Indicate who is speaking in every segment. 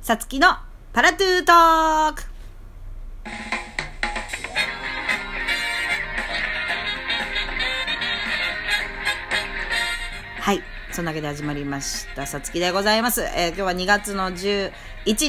Speaker 1: さつきのパラトゥートークはい。そんなわけで始まりました。さつきでございます。えー今日は2月の11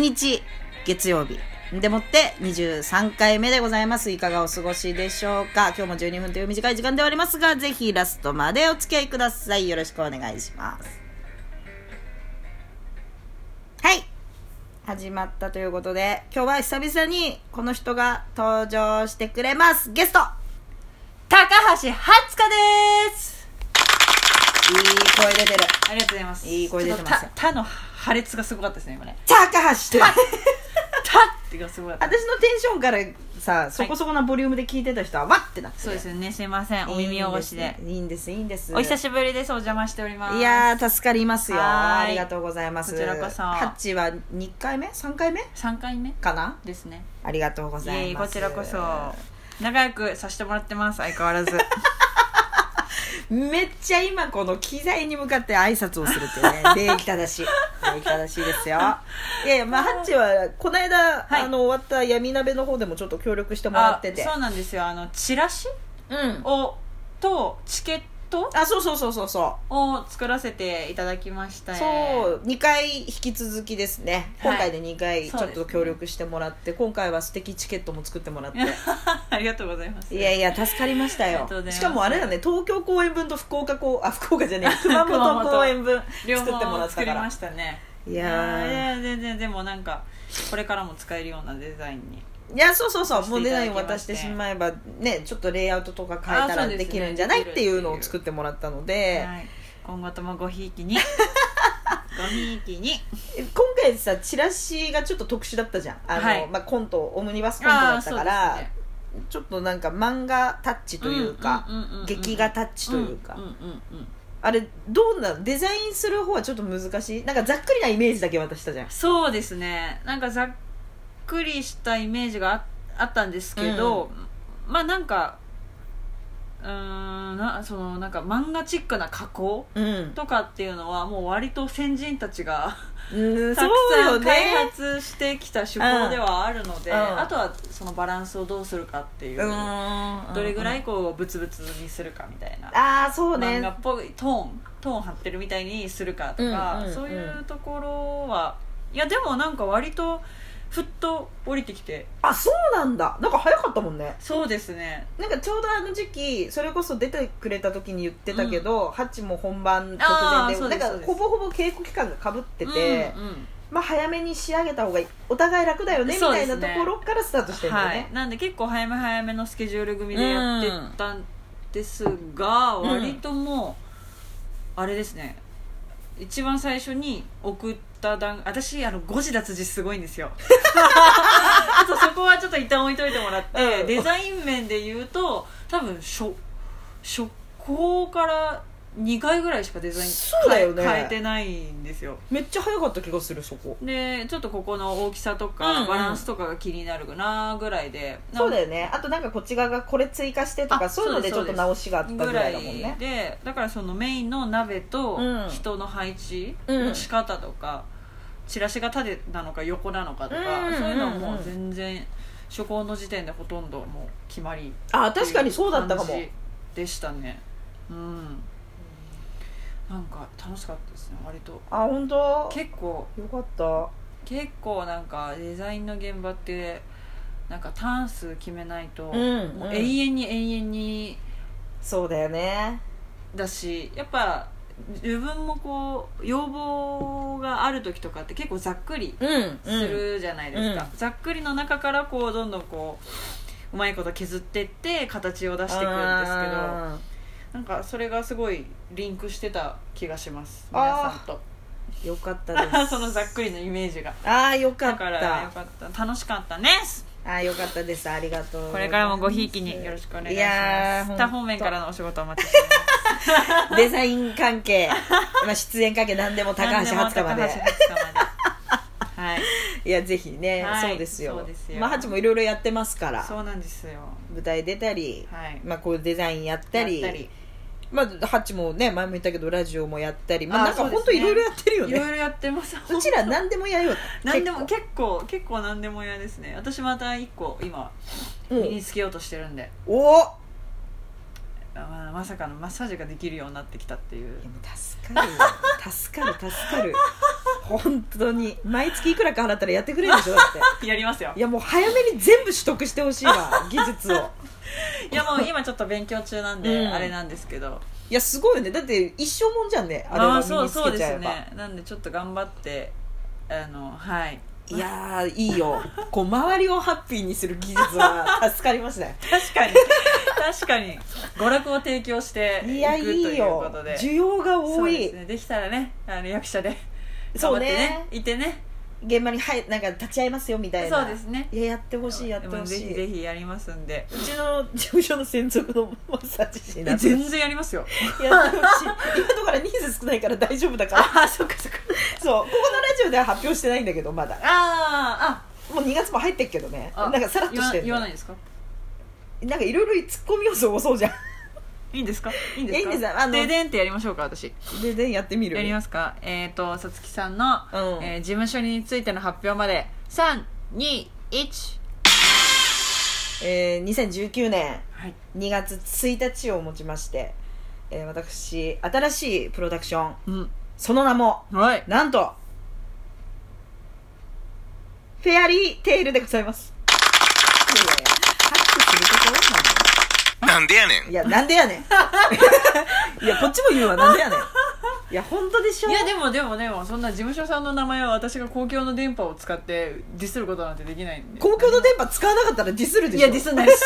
Speaker 1: 日月曜日。でもって23回目でございます。いかがお過ごしでしょうか今日も12分という短い時間ではありますが、ぜひラストまでお付き合いください。よろしくお願いします。はい。始まったということで、今日は久々にこの人が登場してくれます。ゲスト
Speaker 2: 高橋はつかです
Speaker 1: いい声出てる。
Speaker 2: ありがとうございます
Speaker 1: いい声出てますよ
Speaker 2: ちょっとたたの破裂がすごかったですね今ね
Speaker 1: 高橋って。
Speaker 2: たってがすごかった
Speaker 1: 私のテンションからさそこそこなボリュームで聞いてた人はわってなって
Speaker 2: そうですよねすいませんお耳汚しで
Speaker 1: いいんですいいんです
Speaker 2: お久しぶりですお邪魔しております
Speaker 1: いやー助かりますよ
Speaker 2: はー
Speaker 1: あ
Speaker 2: い
Speaker 1: りがとうございます
Speaker 2: こちらこそ
Speaker 1: ハッチは2回目3回目
Speaker 2: 3回目
Speaker 1: かな
Speaker 2: ですね
Speaker 1: ありがとうご
Speaker 2: い
Speaker 1: ざ
Speaker 2: え
Speaker 1: い
Speaker 2: いえ
Speaker 1: ま
Speaker 2: こ
Speaker 1: す
Speaker 2: ちらこそ仲良くさせてもらってます相変わ らず
Speaker 1: めっちゃ今この機材に向かって挨拶をするって いうね礼儀正しい礼儀正しいですよいやいやまあハッチはこの間、
Speaker 2: はい
Speaker 1: あの終わった闇鍋の方でもちょっと協力してもらってて
Speaker 2: あそうなんですよあのチラシ
Speaker 1: うん
Speaker 2: をとチケット
Speaker 1: あそうそうそうそうそう
Speaker 2: を作らせていただきました
Speaker 1: そうう2回引き続きですね
Speaker 2: はい
Speaker 1: 今回で2回ちょ
Speaker 2: そ
Speaker 1: っ
Speaker 2: うです
Speaker 1: と
Speaker 2: ね
Speaker 1: 協力してもらって、今回は素敵チケットも作ってもらって
Speaker 2: ありがとうございます
Speaker 1: いやいや助かりました
Speaker 2: ありが
Speaker 1: よ
Speaker 2: とうございま
Speaker 1: し
Speaker 2: す
Speaker 1: かもあれだね東京公演分と福岡公あ福岡じゃねえ 熊本公演分作
Speaker 2: 両
Speaker 1: ってもら
Speaker 2: 方
Speaker 1: った
Speaker 2: 作
Speaker 1: か
Speaker 2: り
Speaker 1: ら
Speaker 2: ましたね
Speaker 1: い
Speaker 2: い
Speaker 1: やー
Speaker 2: や全然でもなんかこれからも使えるようなデザインに
Speaker 1: いやそうそうそう
Speaker 2: させ
Speaker 1: もう
Speaker 2: てい
Speaker 1: デ
Speaker 2: た
Speaker 1: ザ
Speaker 2: だ
Speaker 1: イ
Speaker 2: き
Speaker 1: ン
Speaker 2: まして
Speaker 1: 渡してしまえばねちょっとレイアウトとか変えた
Speaker 2: あ
Speaker 1: ら
Speaker 2: そう
Speaker 1: で
Speaker 2: ですね
Speaker 1: きるんじゃないっていうのを作ってもらったので
Speaker 2: はい今後ともごひい きにごひいきに
Speaker 1: 今回さチラシがちょっと特殊だったじゃんあの、
Speaker 2: はい
Speaker 1: まあ、コントオムニバスコントだったから、
Speaker 2: あーそうですね
Speaker 1: ちょっとなんか漫画タッチというか、
Speaker 2: うんうんうんうん
Speaker 1: 劇画タッチというか、
Speaker 2: んんうんうん
Speaker 1: あれどうなんデザインする方はちょっと難しいなんかざっくりなイメージだけ渡したじゃん
Speaker 2: そうですねなんかざっくりしたイメージがああったんですけど、まあなんかうーんなそのなんか漫画チックな加工
Speaker 1: うん、
Speaker 2: とかっていうのはもう割と先人たちが
Speaker 1: うん、
Speaker 2: たく
Speaker 1: そう
Speaker 2: さ
Speaker 1: よ
Speaker 2: ん開
Speaker 1: ね
Speaker 2: 発してきた手法ではあるので、
Speaker 1: うんうん
Speaker 2: あとはそのバランスをどうするかっていう、
Speaker 1: うん
Speaker 2: どれぐらい
Speaker 1: うん
Speaker 2: こうブツブツにするかみたいな、
Speaker 1: ああそう
Speaker 2: 漫
Speaker 1: ね
Speaker 2: 画っぽいトーントーン張ってるみたいにするかとか、
Speaker 1: うんうんうん
Speaker 2: そういうところはいやでもなんか割とふっと降りてきて
Speaker 1: あそうなんだなんか早かったもんね
Speaker 2: そうですね
Speaker 1: なんかちょうどあの時期それこそ出てくれた時に言ってたけど、ハッチも本番直前
Speaker 2: あー
Speaker 1: で
Speaker 2: そう
Speaker 1: な
Speaker 2: で
Speaker 1: ん
Speaker 2: す
Speaker 1: か
Speaker 2: そうです
Speaker 1: ほぼほぼ稽古期間がかぶってて、
Speaker 2: うんうん
Speaker 1: まあ、早めに仕上げた方がいいお互い楽だよねみ
Speaker 2: そう
Speaker 1: た
Speaker 2: で
Speaker 1: いな
Speaker 2: す
Speaker 1: と
Speaker 2: ね
Speaker 1: ころからスタートしてるんだよ
Speaker 2: は
Speaker 1: ね
Speaker 2: い、なんで結構早め早めのスケジュール組でやってたんですが、
Speaker 1: うん
Speaker 2: 割ともうあれですね一番最初に送った段私あの誤字脱字すごいんですよ そうそこはちょっと一旦置いといてもらって、
Speaker 1: うん
Speaker 2: デザイン面で言うと多分初初稿から2回ぐらいしかデザイン
Speaker 1: そうだよね
Speaker 2: 変え変えてないんですよ
Speaker 1: めっちゃ早かった気がするそこ
Speaker 2: でちょっとここの大きさとか、
Speaker 1: うんうん
Speaker 2: バランスとかが気になるなぐらいで
Speaker 1: そう
Speaker 2: よ
Speaker 1: だよねあとなんかこっち側がこれ追加してとか
Speaker 2: あ
Speaker 1: そういうのでちょ
Speaker 2: そ
Speaker 1: っ
Speaker 2: う
Speaker 1: と
Speaker 2: です
Speaker 1: 直しがあったぐらいだもんね
Speaker 2: でだからそのメインの鍋と
Speaker 1: うん
Speaker 2: 人の配置
Speaker 1: うん
Speaker 2: の仕方とか、チラシが縦なのか横なのかとか、
Speaker 1: うん
Speaker 2: そういうのはも
Speaker 1: ん
Speaker 2: う
Speaker 1: う
Speaker 2: うん全然初稿の時点でほとんどもう決まり
Speaker 1: あ確かにそうだったかも
Speaker 2: っていう感じでしたねうんなんか楽しかったですね割と
Speaker 1: あ本当よ
Speaker 2: 結構
Speaker 1: かった
Speaker 2: 結構なんかデザインの現場ってなんかターン数決めない
Speaker 1: うん
Speaker 2: と、もう
Speaker 1: うん
Speaker 2: 永遠に永遠に
Speaker 1: そうだよね
Speaker 2: だしやっぱ自分もこう要望がある時とかって結構ざっくり
Speaker 1: うん
Speaker 2: するじゃないですか、
Speaker 1: うん
Speaker 2: ざっくりの中からこうどんどんこううまいこと削ってって形を出していくんですけどなんかそれがすごいリンクしてた気がします皆さんと
Speaker 1: けどよかったです
Speaker 2: そのざっくりのイメージが
Speaker 1: ああよか
Speaker 2: だ
Speaker 1: った
Speaker 2: からよかった楽しかったね
Speaker 1: ああよかったですありがとう
Speaker 2: これからもごひいきによろしくお願いし
Speaker 1: やー
Speaker 2: ます
Speaker 1: ほんと
Speaker 2: 他方面からのお仕事お待ちしてます
Speaker 1: デザイン関係、まあ、出演関係何でも高橋初香まで
Speaker 2: 何 も高橋初香まではい
Speaker 1: いやぜひね、
Speaker 2: はい
Speaker 1: そうですよ
Speaker 2: そうですよ
Speaker 1: まあハチもいろいろやってますから
Speaker 2: そうなんですよ
Speaker 1: 舞台出たり、
Speaker 2: はい
Speaker 1: まあこういうデザインやったり
Speaker 2: やったり
Speaker 1: まあ、ハッチもね前も言ったけどラジオもやったり、まあ、
Speaker 2: あ
Speaker 1: なんか
Speaker 2: そうです
Speaker 1: 本
Speaker 2: ね
Speaker 1: 当いろいろやってるよ
Speaker 2: い
Speaker 1: ね
Speaker 2: ろいろやってます
Speaker 1: う ちら何でもやるよ
Speaker 2: 何でも
Speaker 1: 結
Speaker 2: 結構結構何でも嫌ですね私また一個今
Speaker 1: 構
Speaker 2: 身につけようとしてるんで、
Speaker 1: うんおお
Speaker 2: まあまさかのマッサージができるようになってきたっていう
Speaker 1: 助かるよ助かる助かる本当に毎月いくらか払ったらやってくれるでしょだって
Speaker 2: やりますよ
Speaker 1: いやもう早めに全部取得してほしい わ技術を
Speaker 2: いやもう今ちょっと勉強中なんで、
Speaker 1: うん
Speaker 2: あれなんですけど
Speaker 1: いやすごいよねだって一生もんじゃんねあれ
Speaker 2: ま
Speaker 1: は
Speaker 2: あそ
Speaker 1: 身
Speaker 2: う
Speaker 1: につ
Speaker 2: そう
Speaker 1: け
Speaker 2: で
Speaker 1: ちゃえ
Speaker 2: す
Speaker 1: ば、
Speaker 2: ねなんでちょっと頑張ってあのはい
Speaker 1: いやーいいよこう周りをハッピーにする技術は助かります ね
Speaker 2: 確かに確かに娯楽を提供して
Speaker 1: い
Speaker 2: い
Speaker 1: や
Speaker 2: く
Speaker 1: い
Speaker 2: とい
Speaker 1: いうよ
Speaker 2: ことで
Speaker 1: 需要が
Speaker 2: そ
Speaker 1: 多
Speaker 2: う
Speaker 1: い
Speaker 2: ですねできたらねあの役者で
Speaker 1: そう
Speaker 2: 頑張って
Speaker 1: ね
Speaker 2: いてね
Speaker 1: 現場にはいなんか立ち会いますよみたいな
Speaker 2: そうですね
Speaker 1: いややってほしいやってほし
Speaker 2: ぜひ
Speaker 1: い
Speaker 2: ぜ
Speaker 1: う
Speaker 2: ひやりますんで
Speaker 1: ちの事務所の専属のマッサージ師にな
Speaker 2: え
Speaker 1: って
Speaker 2: 全然やりますよ
Speaker 1: やってほしい今のところ人数少ないから大丈夫だから
Speaker 2: あそっか そっか
Speaker 1: そうここのラジオでは発表してないんだけどまだ
Speaker 2: あ
Speaker 1: もう2月も入ってっけどね
Speaker 2: ーあ
Speaker 1: なんかさらっとしてる
Speaker 2: 言わ言わないですか
Speaker 1: なんかいろいろ突っ込み要素多そう じゃん
Speaker 2: いいんですかいいんですか
Speaker 1: いいんですよあの
Speaker 2: ででんってやりましょうか私
Speaker 1: 全然やってみる
Speaker 2: やりますかえっ、ー、とさつきさん
Speaker 1: う
Speaker 2: の、
Speaker 1: ん
Speaker 2: えー事務所についての発表まで321
Speaker 1: えー、2019年
Speaker 2: はい
Speaker 1: 2月1日をもちまして、えー私新しいプロダクション
Speaker 2: うん
Speaker 1: その名も
Speaker 2: はい
Speaker 1: なんとフェアリーテイルでございますいやいやいや拍手するところなの
Speaker 3: なんでやねん
Speaker 1: いや、なんでやね ん。いや、こっちも言うわ、なんでやねん。いや、本当でしょ。
Speaker 2: いやでもでもでもそんな事務所さんの名前を私が公共の電波を使ってディスることなんてできないんで
Speaker 1: 公共の電波使わなかったらディスるでしょ。
Speaker 2: いやディスんないです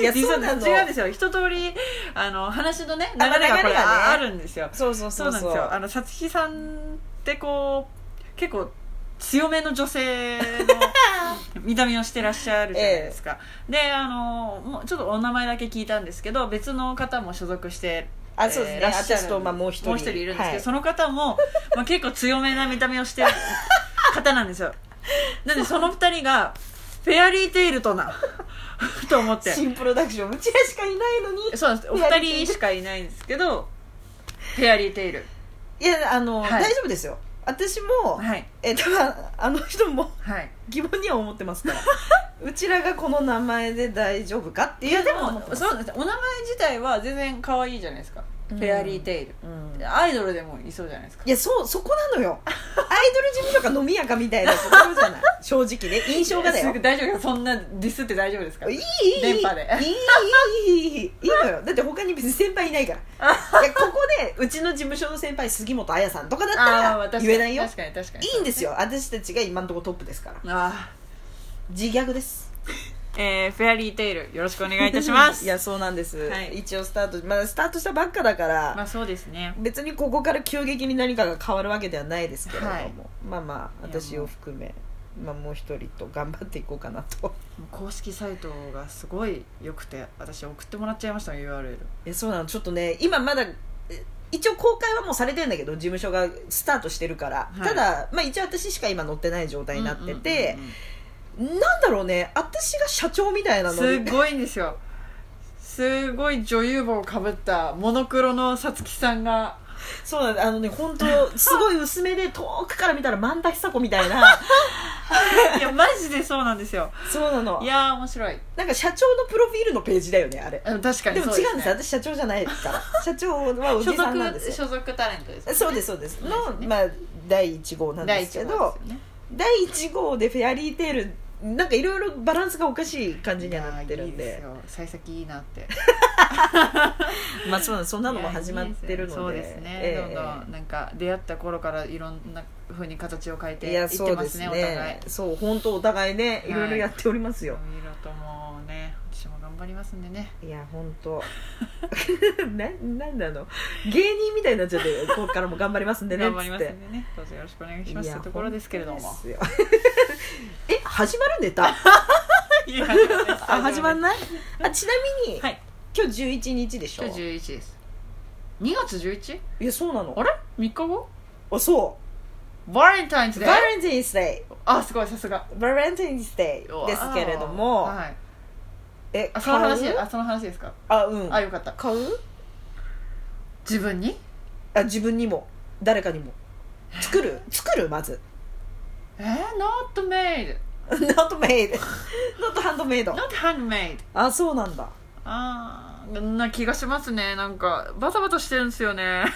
Speaker 1: いや
Speaker 2: ディス
Speaker 1: そうんな
Speaker 2: な
Speaker 1: いの。
Speaker 2: 違うんですよ一通りあの話のね流れがこれ
Speaker 1: あ流れがね
Speaker 2: ああるんですよ
Speaker 1: そうそう
Speaker 2: そ
Speaker 1: そうう
Speaker 2: なん
Speaker 1: そ
Speaker 2: で
Speaker 1: う。
Speaker 2: すよあのさつきさんってこう結構強めの 女性の見た目をしてらっしゃるじゃないですか、であのもうちょっとお名前だけ聞いたんですけど別の方も所属して
Speaker 1: あそうですね
Speaker 2: らっしゃる
Speaker 1: 私とまあもう一人
Speaker 2: もう一人いるんですけど、
Speaker 1: はい
Speaker 2: その方も、まあ、結構強めな見た目をしてる方なんですよなんでその二人がフェアリーテイルとな と思って
Speaker 1: 新プロダクション、うちらしかいないのに。
Speaker 2: そうなんですお二人しかいないんですけどフェアリーテイル
Speaker 1: いや、あの、
Speaker 2: はい
Speaker 1: 大丈夫ですよ。私も、
Speaker 2: はい
Speaker 1: え、多分あの人も
Speaker 2: はい
Speaker 1: 疑問には思ってます から。うちらがこの名前で大丈夫かって
Speaker 2: い
Speaker 1: いう
Speaker 2: やで
Speaker 1: のは思
Speaker 2: も
Speaker 1: ってます
Speaker 2: そうなんですお名前自体は全然可愛いじゃないですか、
Speaker 1: うん
Speaker 2: フェアリーテイル
Speaker 1: うん
Speaker 2: アイドルでもいそうじゃないですか
Speaker 1: いやそうそこなのよアイドル事務所か飲み屋かみたいなところじ ゃない正直ね印象がだよ
Speaker 2: すぐ大丈夫ですかそんなディスって大丈夫ですか
Speaker 1: いい いい
Speaker 2: 電波で
Speaker 1: いいいいいいいいいのよだって他に別に先輩いないからいやここ でうちの事務所の先輩杉本彩さんとかだ
Speaker 2: ーま
Speaker 1: った
Speaker 2: 確からに
Speaker 1: 言えないよ
Speaker 2: 確かに確かに
Speaker 1: いいんですよ私たちが今のところトップですから
Speaker 2: あ
Speaker 1: 自虐です
Speaker 2: ーえー、フェアリーテイルよろしくお 願いいたします
Speaker 1: いやそうなんです、
Speaker 2: はい
Speaker 1: 一応スタートまだスタートしたばっかだから、
Speaker 2: まあそうですね
Speaker 1: 別にここから急激に何かが変わるわけではないですけれども、
Speaker 2: はい
Speaker 1: まあまあ
Speaker 2: いや
Speaker 1: 私を含めまあ、もう一人と頑張っていこうかなと
Speaker 2: 公式サイトがすごい良くて私送ってもらっちゃいましたの URL
Speaker 1: えそうなのちょっとね今まだえ一応公開はもうされてるんだけど事務所がスタートしてるから、
Speaker 2: はい
Speaker 1: ただ、まあ、一応私しか今乗ってない状態になってて
Speaker 2: うんうんうんうん
Speaker 1: なんだろうね私が社長みたいなの
Speaker 2: すごいんですよすごい女優帽をかぶったモノクロのさつきさ んが
Speaker 1: そうなんだあのね本当 すごい薄めで遠くから見たら万田久子みたいな
Speaker 2: いやマジで そうなんですよ
Speaker 1: そうなの
Speaker 2: いやー面白い
Speaker 1: なんか社長のプロフィールのページだよねあれ
Speaker 2: あの確かに
Speaker 1: でも
Speaker 2: そ
Speaker 1: 違うんです
Speaker 2: ね
Speaker 1: 私社長じゃないから社長はおじさんなんですよ
Speaker 2: 所属所属タレントです
Speaker 1: そうですそうですの
Speaker 2: そうですね
Speaker 1: まあ、第1号なんですけど
Speaker 2: 第
Speaker 1: 第
Speaker 2: 一号
Speaker 1: 1, 号で「フェアリーテール」なんかいろいろバランスがおかしい感
Speaker 2: です
Speaker 1: じ
Speaker 2: よね
Speaker 1: にはなってるんで
Speaker 2: いやーいいすよ幸先いいなって
Speaker 1: まあそうなんですそん
Speaker 2: そ
Speaker 1: なのも始まってるので
Speaker 2: そうですね、
Speaker 1: ええ
Speaker 2: どんどんなんか出会った頃からいろんなふうに形を変えて
Speaker 1: い
Speaker 2: い
Speaker 1: や
Speaker 2: って
Speaker 1: そう
Speaker 2: ま
Speaker 1: ですす
Speaker 2: ねお互い
Speaker 1: ねそう本当お互いねいろいろやっておりますよ、
Speaker 2: いろともね私も頑張りますんでね
Speaker 1: い、や本当 ななんなの芸人みたいになっち ゃってるここからも頑張りますんでね
Speaker 2: 頑張ります
Speaker 1: つっ
Speaker 2: んでねどうぞよろしくお願い
Speaker 1: て
Speaker 2: しますってところですけれども
Speaker 1: いや本当ですよ え始まるネ タ
Speaker 2: いや
Speaker 1: あ始まんないあちなみに、
Speaker 2: はい
Speaker 1: 今日11日でしょ
Speaker 2: 今日11です2月 11?
Speaker 1: いやそうなの
Speaker 2: あれ3日後
Speaker 1: あそ
Speaker 2: バレンタイン
Speaker 1: う
Speaker 2: ズデー
Speaker 1: バレンタインスデ
Speaker 2: あすごいさすが
Speaker 1: イバレンタインスデイですけれども、
Speaker 2: はい、
Speaker 1: え
Speaker 2: あその話
Speaker 1: 買う
Speaker 2: あその話ですか
Speaker 1: あうん
Speaker 2: あよかった
Speaker 1: 買う
Speaker 2: 自分に
Speaker 1: あ自分にも誰かにも作 る作るまず
Speaker 2: えー、not made
Speaker 1: ノットメイドノットハンドメイド
Speaker 2: not handmade
Speaker 1: あそうなんだ
Speaker 2: あーな気がしますねなんかバタバタしてるんですよね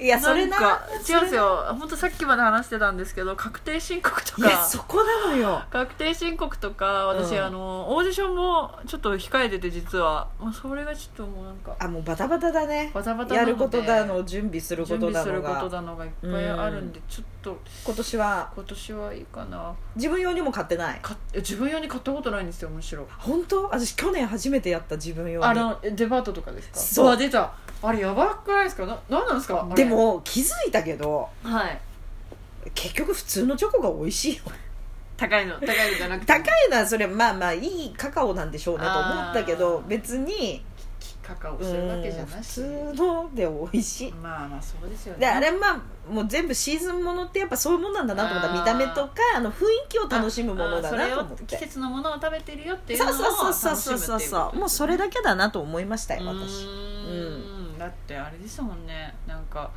Speaker 1: いやそれなん
Speaker 2: か違うんですよ本当さっきまで話してたんですけど確定申告と
Speaker 1: いや
Speaker 2: か
Speaker 1: そこなのよ
Speaker 2: 確定申告とか私、
Speaker 1: うん
Speaker 2: あのオーディションもちょっと控えてて実は、まあ、それがちょっともうなんか
Speaker 1: あもうバタバタだね
Speaker 2: バタバタな
Speaker 1: や
Speaker 2: ので
Speaker 1: ることだの準備するこ
Speaker 2: 準
Speaker 1: と
Speaker 2: 備
Speaker 1: だ
Speaker 2: する
Speaker 1: の
Speaker 2: こ
Speaker 1: が
Speaker 2: とだのがいっぱいあるんでちょっと
Speaker 1: 今年は
Speaker 2: 今年はいいかな
Speaker 1: 自分用にも買ってない
Speaker 2: か自分用に買ったことないんですよむしろ
Speaker 1: 本当私去年初めてやった自分用に
Speaker 2: あのデパートとかですか
Speaker 1: そう
Speaker 2: わ出たあれやばくないですかななんなんですかあ
Speaker 1: で
Speaker 2: れ
Speaker 1: も気づいたけど
Speaker 2: はい
Speaker 1: 結局普通のチョコが美味しいよ
Speaker 2: 高いの高いのじゃなくて
Speaker 1: 高いのはそれまあまあいいカカオなんでしょうねと思ったけど
Speaker 2: あー
Speaker 1: 別に
Speaker 2: カカオ
Speaker 1: う
Speaker 2: するわけじゃ
Speaker 1: ん
Speaker 2: な
Speaker 1: 普
Speaker 2: し
Speaker 1: 通ので美味しい
Speaker 2: まあまあそうですよね
Speaker 1: であれまあもう全部シーズンものってやっぱそういうもんなんだなと思った
Speaker 2: あー
Speaker 1: 見た目とかあの雰囲気を楽しむものだなと思っ
Speaker 2: あそれを季
Speaker 1: て
Speaker 2: 節のものを食べてるよっていうのを
Speaker 1: そう
Speaker 2: 楽し
Speaker 1: そうそう
Speaker 2: む
Speaker 1: そう
Speaker 2: ってい
Speaker 1: そうそうもうそれ
Speaker 2: だ
Speaker 1: だけだなと思いましたよ私
Speaker 2: うんだってあれですもんねなんか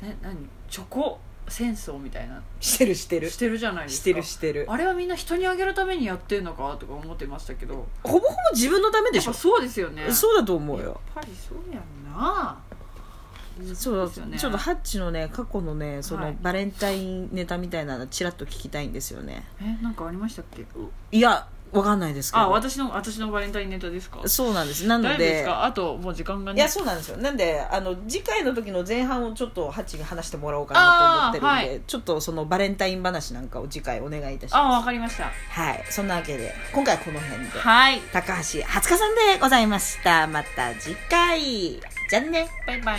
Speaker 2: ね何チョコ戦争みたいな
Speaker 1: してるしてる
Speaker 2: してるじゃないですか
Speaker 1: してるしてる
Speaker 2: あれはみんな人にあげるためにやってんのかとか思ってましたけど
Speaker 1: ほぼほぼ自分のためでし
Speaker 2: や
Speaker 1: ょ
Speaker 2: っぱそうですよね
Speaker 1: そうだと思うよ
Speaker 2: やっぱりそうやんな
Speaker 1: そうだ
Speaker 2: ですよね
Speaker 1: ちょっとハッチのね過去のねその、
Speaker 2: はい
Speaker 1: バレンタインネタみたいなのちらっと聞きたいんですよね
Speaker 2: えなんかありましたっけ
Speaker 1: いやわかんないですけど
Speaker 2: あ私の私のバレンタインネタですか
Speaker 1: そうなんですなの
Speaker 2: 大丈夫です
Speaker 1: で
Speaker 2: かあともう時間が
Speaker 1: い
Speaker 2: ね
Speaker 1: やそうなんですよなんであの次回の時の前半をちょっとハッチに話してもらおうかなと思ってるん
Speaker 2: あー
Speaker 1: で、ちょっとそのバレンタイン話なんかを次回お願いいたし
Speaker 2: あ
Speaker 1: ま
Speaker 2: わかりました
Speaker 1: すはいそんなわけで今回はこの辺で
Speaker 2: はい
Speaker 1: 高橋初香さんでございましたまた次回じゃあね
Speaker 2: 拜拜。